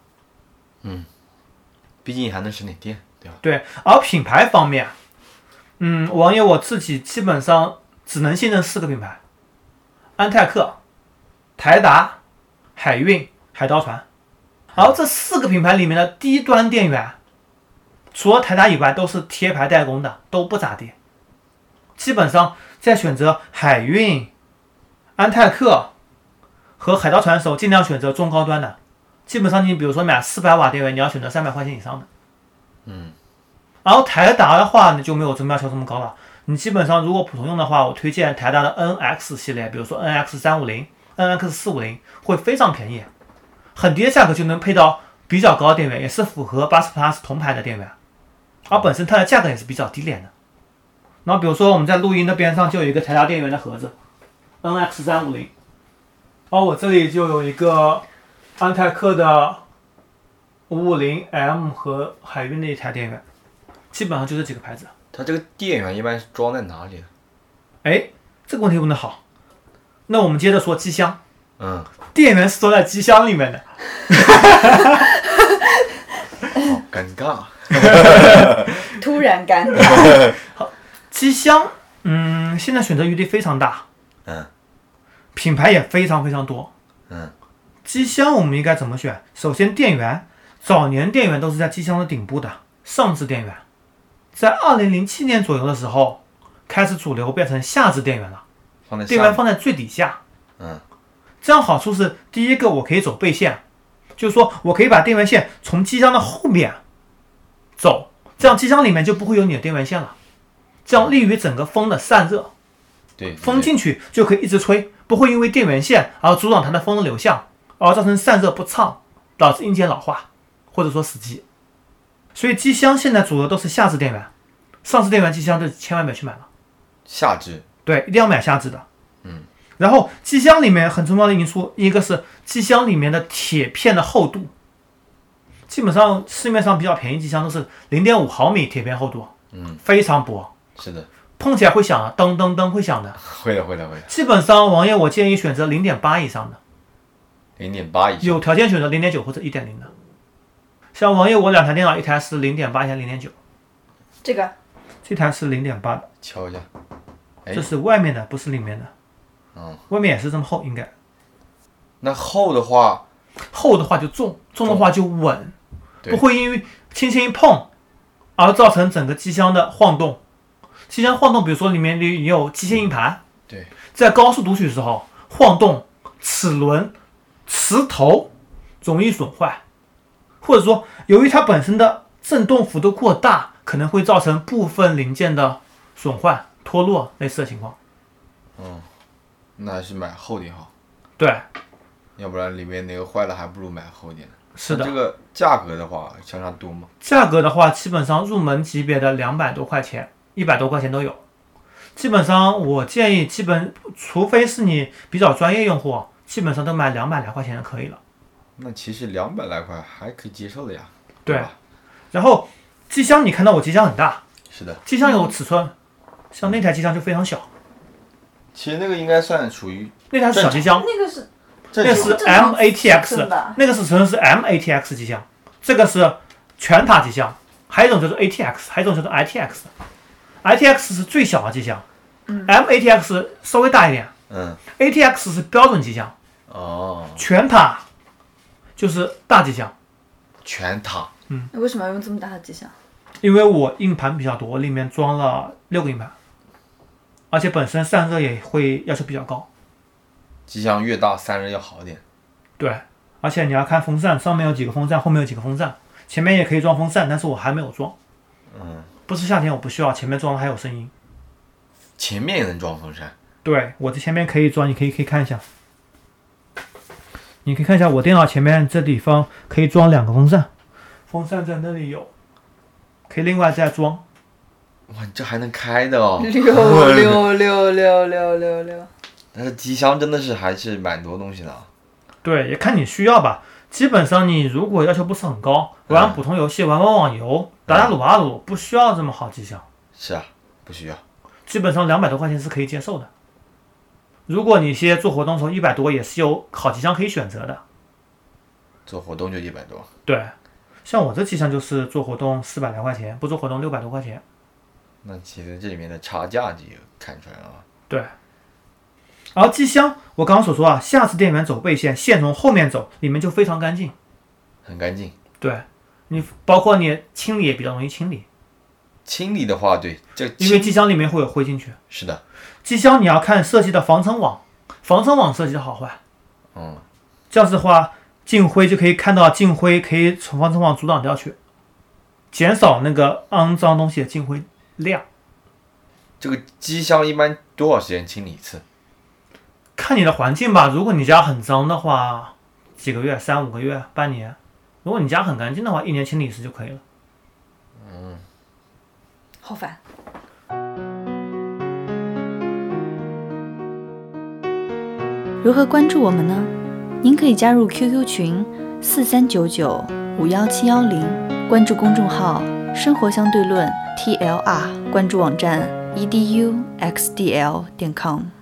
[SPEAKER 3] 毕竟还能省点电，对吧？
[SPEAKER 2] 对，而品牌方面，嗯，网友我自己基本上只能信任四个品牌：安泰克、台达、海运、海盗船。而这四个品牌里面的低端电源，除了台达以外，都是贴牌代工的，都不咋地。基本上在选择海运、安泰克和海盗船的时候，尽量选择中高端的。基本上，你比如说买四百瓦电源，你要选择三百块钱以上的。然后台达的话呢就没有真标求这么高了。你基本上如果普通用的话，我推荐台达的 NX 系列，比如说 NX 三五零、NX 四五零会非常便宜，很低的价格就能配到比较高的电源，也是符合八十 Plus 铜牌的电源，而本身它的价格也是比较低廉的。然后比如说我们在录音的边上就有一个台达电源的盒子，NX 三五零，而我这里就有一个安泰克的五五零 M 和海运的一台电源。基本上就这几个牌子。
[SPEAKER 3] 它这个电源一般是装在哪里的？
[SPEAKER 2] 哎，这个问题问得好。那我们接着说机箱，
[SPEAKER 3] 嗯，
[SPEAKER 2] 电源是装在机箱里面的。
[SPEAKER 3] 好尴尬。
[SPEAKER 4] 突然尴尬。
[SPEAKER 2] 机箱，嗯，现在选择余地非常大，
[SPEAKER 3] 嗯
[SPEAKER 2] 品牌也非常非常多。
[SPEAKER 3] 嗯，
[SPEAKER 2] 机箱我们应该怎么选？首先，电源，早年电源都是在机箱的顶部的上置电源，在二零零七年左右的时候，开始主流变成下置电源了，
[SPEAKER 3] 放在
[SPEAKER 2] 电
[SPEAKER 3] 下
[SPEAKER 2] 源
[SPEAKER 3] 面。
[SPEAKER 2] 放在最底下。
[SPEAKER 3] 嗯
[SPEAKER 2] 这样好处是，第一个我可以走背线，啊就是说我可以把电源线从机箱的后面走，这样机箱里面就不会有你的电源线了，这样利于整个风的散热。
[SPEAKER 3] 对，
[SPEAKER 2] 风进去就可以一直吹，不会因为电源线而阻挡它的风的流向，而造成散热不畅，导致硬件老化或者说死机。所以机箱现在主流都是下置电源，上置电源机箱就千万别去买了，
[SPEAKER 3] 下肢
[SPEAKER 2] 对，一定要买下置的。嗯，然后机箱里面很重要的因素，一个是机箱里面的铁片的厚度，基本上市面上比较便宜机箱都是零点五毫米铁片厚度，嗯，非常薄，
[SPEAKER 3] 是的，
[SPEAKER 2] 碰起来会响啊，噔噔噔会响的。
[SPEAKER 3] 会的，会的，会的，
[SPEAKER 2] 基本上王爷我建议选择零点八以上的，
[SPEAKER 3] 零点八以上，
[SPEAKER 2] 有条件选择零点九或者一点零的。像王爷我两台电脑，一台是零点八，一台零点九，
[SPEAKER 4] 这个
[SPEAKER 2] 这台是零点八的，
[SPEAKER 3] 敲一下，哎
[SPEAKER 2] 这是外面的，不是里面的。
[SPEAKER 3] 嗯，
[SPEAKER 2] 外面也是这么厚，应该
[SPEAKER 3] 那厚的话，
[SPEAKER 2] 厚的话就重，重的话就稳，
[SPEAKER 3] 对
[SPEAKER 2] 不会因为轻轻一碰而造成整个机箱的晃动。机箱晃动，比如说里面也有机械硬盘，
[SPEAKER 3] 对，
[SPEAKER 2] 在高速读取的时候晃动齿轮、磁头容易损坏，或者说由于它本身的振动幅度过大，可能会造成部分零件的损坏、脱落类似的情况。
[SPEAKER 3] 那还是买厚点好，
[SPEAKER 2] 对，
[SPEAKER 3] 要不然里面那个坏了，还不如买厚点的。
[SPEAKER 2] 是
[SPEAKER 3] 这
[SPEAKER 2] 的。
[SPEAKER 3] 个价格的话，相差多吗？
[SPEAKER 2] 价格的话，基本上入门级别的两百多块钱、一百多块钱都有。基本上我建议，基本除非是你比较专业用户，啊基本上都买两百来块钱就可以了。
[SPEAKER 3] 那其实两百来块还可以接受的呀。
[SPEAKER 2] 对
[SPEAKER 3] 吧？
[SPEAKER 2] 然后机箱，你看到我机箱很大，
[SPEAKER 3] 是的，
[SPEAKER 2] 机箱有尺寸，像那台机箱就非常小，
[SPEAKER 3] 其实那个应该算属于
[SPEAKER 2] 那台是小机箱，
[SPEAKER 4] 那个是
[SPEAKER 3] 正
[SPEAKER 2] 那
[SPEAKER 3] 常
[SPEAKER 2] 是
[SPEAKER 4] 正常
[SPEAKER 2] M A T
[SPEAKER 4] 尺
[SPEAKER 2] X，
[SPEAKER 4] 寸吧
[SPEAKER 2] 那个尺寸是 M A T X 机箱，这个是全塔机箱，还有一种叫做 A T X，还有一种叫做 I T X，I T X 是最小的机箱，M
[SPEAKER 4] 嗯
[SPEAKER 2] A T X 稍微大一点
[SPEAKER 3] 嗯
[SPEAKER 2] ，A T X 是标准机箱，
[SPEAKER 3] 哦，
[SPEAKER 2] 全塔就是大机箱，
[SPEAKER 3] 全塔
[SPEAKER 4] 为什么要用这么大的机箱？
[SPEAKER 2] 因为我硬盘比较多，我里面装了六个硬盘，而且本身散热也会要求比较高。
[SPEAKER 3] 机箱越大散热要好点。
[SPEAKER 2] 对，而且你要看风扇，上面有几个风扇，后面有几个风扇，前面也可以装风扇，但是我还没有装。
[SPEAKER 3] 嗯，
[SPEAKER 2] 不是夏天我不需要，前面装了还有声音。
[SPEAKER 3] 前面也能装风扇，
[SPEAKER 2] 对，我这前面可以装，你可以可以看一下，你可以看一下我电脑前面这地方可以装两个风扇，风扇在那里有，可以另外再装。
[SPEAKER 3] 哇，你这还能开的哦。
[SPEAKER 4] 六六六六六六六，
[SPEAKER 3] 但是机箱真的是还是蛮多东西的啊。
[SPEAKER 2] 对，也看你需要吧。基本上你如果要求不是很高，玩普通游戏、玩玩网游、打打撸啊撸，不需要这么好机箱。
[SPEAKER 3] 是啊，不需要。
[SPEAKER 2] 基本上两百多块钱是可以接受的。如果你些做活动的时候一百多也是有好机箱可以选择的。
[SPEAKER 3] 做活动就一百多，
[SPEAKER 2] 对，像我这机箱就是做活动四百来块钱，不做活动六百多块钱。
[SPEAKER 3] 那其实这里面的差价就看出来了啊。
[SPEAKER 2] 对。而机箱，我刚刚所说啊，下次电源走背线，线从后面走，里面就非常干净。
[SPEAKER 3] 很干净。
[SPEAKER 2] 对你，包括你清理也比较容易清理，
[SPEAKER 3] 清理的话，对，这
[SPEAKER 2] 因为
[SPEAKER 3] 清
[SPEAKER 2] 机箱里面会有灰进去。
[SPEAKER 3] 是的，
[SPEAKER 2] 机箱你要看设计的防尘网，防尘网设计的好坏。
[SPEAKER 3] 嗯，
[SPEAKER 2] 这样子的话，进灰就可以看到进灰可以从防尘网阻挡掉去，减少那个肮脏东西的进灰量。
[SPEAKER 3] 这个机箱一般多少时间清理一次？
[SPEAKER 2] 看你的环境吧，如果你家很脏的话，几个月、三五个月、半年；如果你家很干净的话，一年清理一次就可以了。
[SPEAKER 4] 好烦。
[SPEAKER 5] 如何关注我们呢？您可以加入 QQ 群四三九九五幺七幺零，关注公众号“生活 E 相对论 ”TLR，关注网站 eduxdl 点 com。